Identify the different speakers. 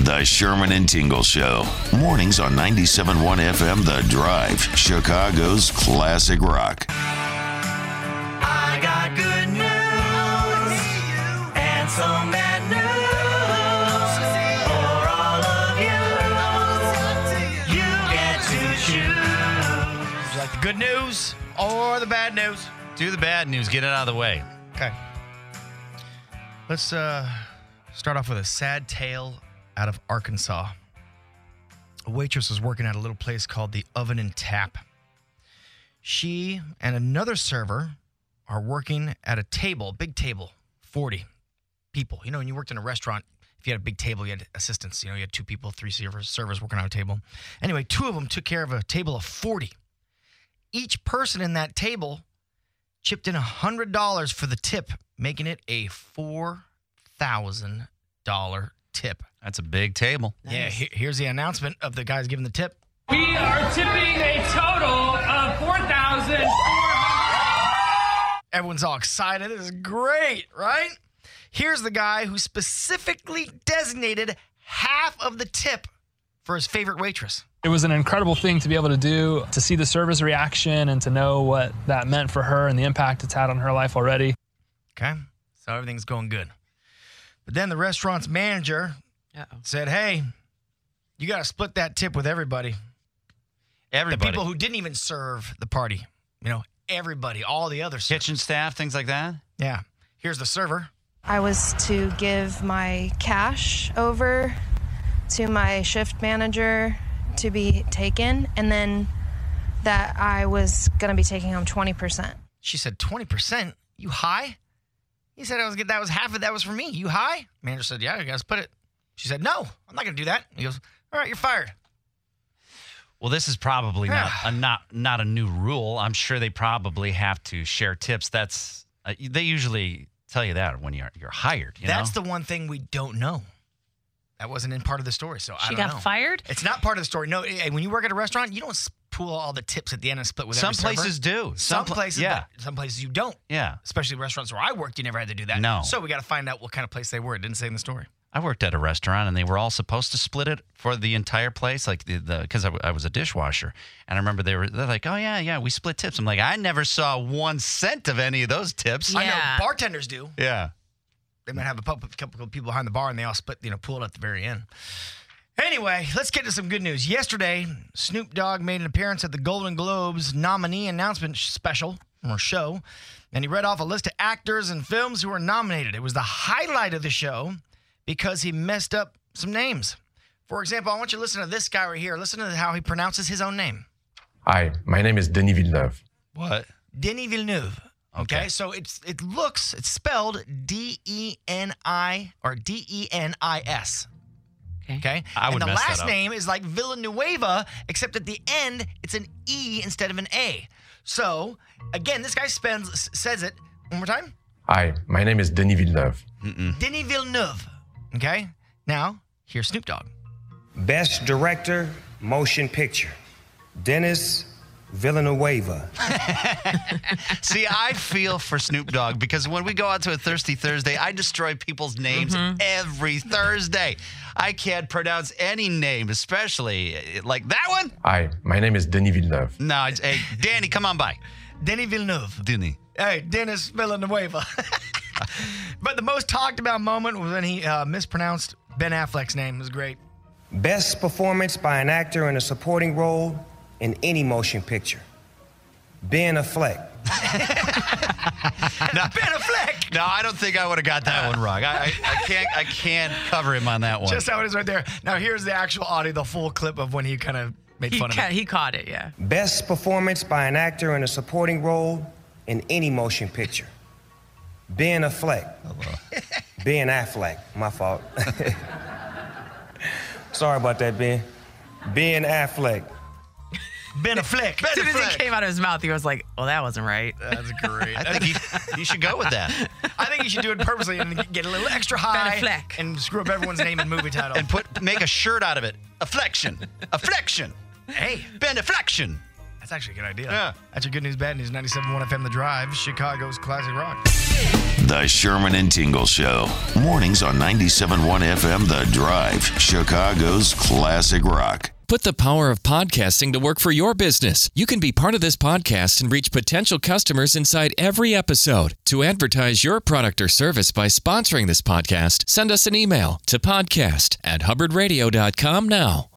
Speaker 1: The Sherman and Tingle Show. Mornings on 97.1 FM The Drive, Chicago's classic rock.
Speaker 2: I got good news and some bad news for all of you. You get to choose.
Speaker 3: Would you like the good news or the bad news?
Speaker 4: Do the bad news. Get it out of the way.
Speaker 3: Okay. Let's uh, start off with a sad tale out of Arkansas. A waitress was working at a little place called the Oven and Tap. She and another server are working at a table, big table, 40 people. You know, when you worked in a restaurant, if you had a big table, you had assistants. You know, you had two people, three servers, servers working on a table. Anyway, two of them took care of a table of 40. Each person in that table chipped in $100 for the tip, making it a $4,000 tip.
Speaker 4: That's a big table.
Speaker 3: Yeah, he- here's the announcement of the guys giving the tip.
Speaker 5: We are tipping a total of 4,400.
Speaker 3: Everyone's all excited. This is great, right? Here's the guy who specifically designated half of the tip for his favorite waitress.
Speaker 6: It was an incredible thing to be able to do, to see the server's reaction and to know what that meant for her and the impact it's had on her life already.
Speaker 3: Okay. So everything's going good. But then the restaurant's manager said, Hey, you got to split that tip with everybody. The
Speaker 4: Everybody.
Speaker 3: people who didn't even serve the party, you know, everybody, all the other servers.
Speaker 4: kitchen staff, things like that.
Speaker 3: Yeah. Here's the server.
Speaker 7: I was to give my cash over to my shift manager to be taken, and then that I was going to be taking home 20%.
Speaker 3: She said, 20%? You high? He said, I was good. That was half of that was for me. You high? Manager said, Yeah, you guys put it. She said, No, I'm not going to do that. He goes, All right, you're fired.
Speaker 4: Well, this is probably not a not not a new rule. I'm sure they probably have to share tips. That's uh, they usually tell you that when you're you're hired. You
Speaker 3: That's the one thing we don't know. That wasn't in part of the story, so I
Speaker 8: She
Speaker 3: don't
Speaker 8: got
Speaker 3: know.
Speaker 8: fired?
Speaker 3: It's not part of the story. No, eh, when you work at a restaurant, you don't s- pool all the tips at the end and split with
Speaker 4: some
Speaker 3: every server.
Speaker 4: places do.
Speaker 3: Some,
Speaker 4: pla-
Speaker 3: places,
Speaker 4: yeah,
Speaker 3: but some places you don't.
Speaker 4: yeah.
Speaker 3: Especially restaurants where I worked, you never had to do that.
Speaker 4: No.
Speaker 3: So we got to find out what kind of place they were. It didn't say in the story.
Speaker 4: I worked at a restaurant and they were all supposed to split it for the entire place, like the because I, w- I was a dishwasher. And I remember they were they're like, oh yeah, yeah, we split tips. I'm like, I never saw one cent of any of those tips.
Speaker 3: I
Speaker 8: Yeah.
Speaker 3: know bartenders do.
Speaker 4: yeah.
Speaker 3: They might have a pu- couple of people behind the bar and they all split, you know, pool it at the very end. Anyway, let's get to some good news. Yesterday, Snoop Dogg made an appearance at the Golden Globes nominee announcement sh- special or show, and he read off a list of actors and films who were nominated. It was the highlight of the show because he messed up some names. For example, I want you to listen to this guy right here. Listen to how he pronounces his own name.
Speaker 9: Hi, my name is Denis Villeneuve.
Speaker 4: What?
Speaker 3: Denis Villeneuve. Okay,
Speaker 4: Okay.
Speaker 3: so it's it looks it's spelled D E N I or D E N I S.
Speaker 8: Okay.
Speaker 3: Okay,
Speaker 4: I would
Speaker 3: and the
Speaker 4: mess that
Speaker 3: last
Speaker 4: up.
Speaker 3: name is like Villanueva, except at the end it's an E instead of an A. So again, this guy spends s- says it one more time.
Speaker 9: Hi, my name is Denis Villeneuve.
Speaker 4: Hmm.
Speaker 3: Denis Villeneuve. Okay, now here's Snoop Dogg.
Speaker 10: Best Director, Motion Picture, Dennis Villanueva.
Speaker 4: See, I feel for Snoop Dogg because when we go out to a Thirsty Thursday, I destroy people's names
Speaker 8: Mm-hmm.
Speaker 4: every Thursday. I can't pronounce any name, especially eh, like that one.
Speaker 9: Hi, my name is Denis Villeneuve.
Speaker 4: No, it's, hey, Danny, come on by.
Speaker 3: Denis Villeneuve.
Speaker 4: Danny.
Speaker 3: Hey, Dennis Villanueva. but the most talked about moment was when he uh, mispronounced Ben Affleck's name. It was great.
Speaker 10: Best performance by an actor in a supporting role in any motion picture, Ben Affleck.
Speaker 3: Ben Affleck.
Speaker 4: No, I don't think I would have got that one wrong. I, I, I can't I can't cover him on that one.
Speaker 3: Just how it is right there. Now here's the actual audio, the full clip of when he kind of made
Speaker 8: He,
Speaker 3: fun
Speaker 8: ca-
Speaker 3: of it.
Speaker 8: he caught it, yeah.
Speaker 10: Best performance by an actor in a supporting role in any motion picture, Ben Affleck.
Speaker 3: Oh,
Speaker 10: Ben Affleck, my fault. Sorry about that, Ben. Ben Affleck.
Speaker 3: Ben Affleck.
Speaker 8: As soon as
Speaker 3: Affleck.
Speaker 8: it came out of his mouth, he was like, well, that wasn't right.
Speaker 3: That's great.
Speaker 4: I think you, you should go with that
Speaker 3: I think you should do it purposely and get a little extra high
Speaker 8: Affleck.
Speaker 3: and screw up everyone's name and movie title.
Speaker 4: and put make a shirt out of it. Afflection, afflection,
Speaker 3: hey,
Speaker 4: Ben Afflection.
Speaker 3: that's actually a good idea.
Speaker 4: Yeah.
Speaker 3: That's your good news, bad news. 97.1 FM The Drive, Chicago's classic rock.
Speaker 1: The Sherman and Tingle Show. Mornings on 97.1 FM The Drive, Chicago's classic rock.
Speaker 6: Put the power of podcasting to work for your business. You can be part of this podcast and reach potential customers inside every episode. To advertise your product or service by sponsoring this podcast, send us an email to podcast at hubbardradio.com now.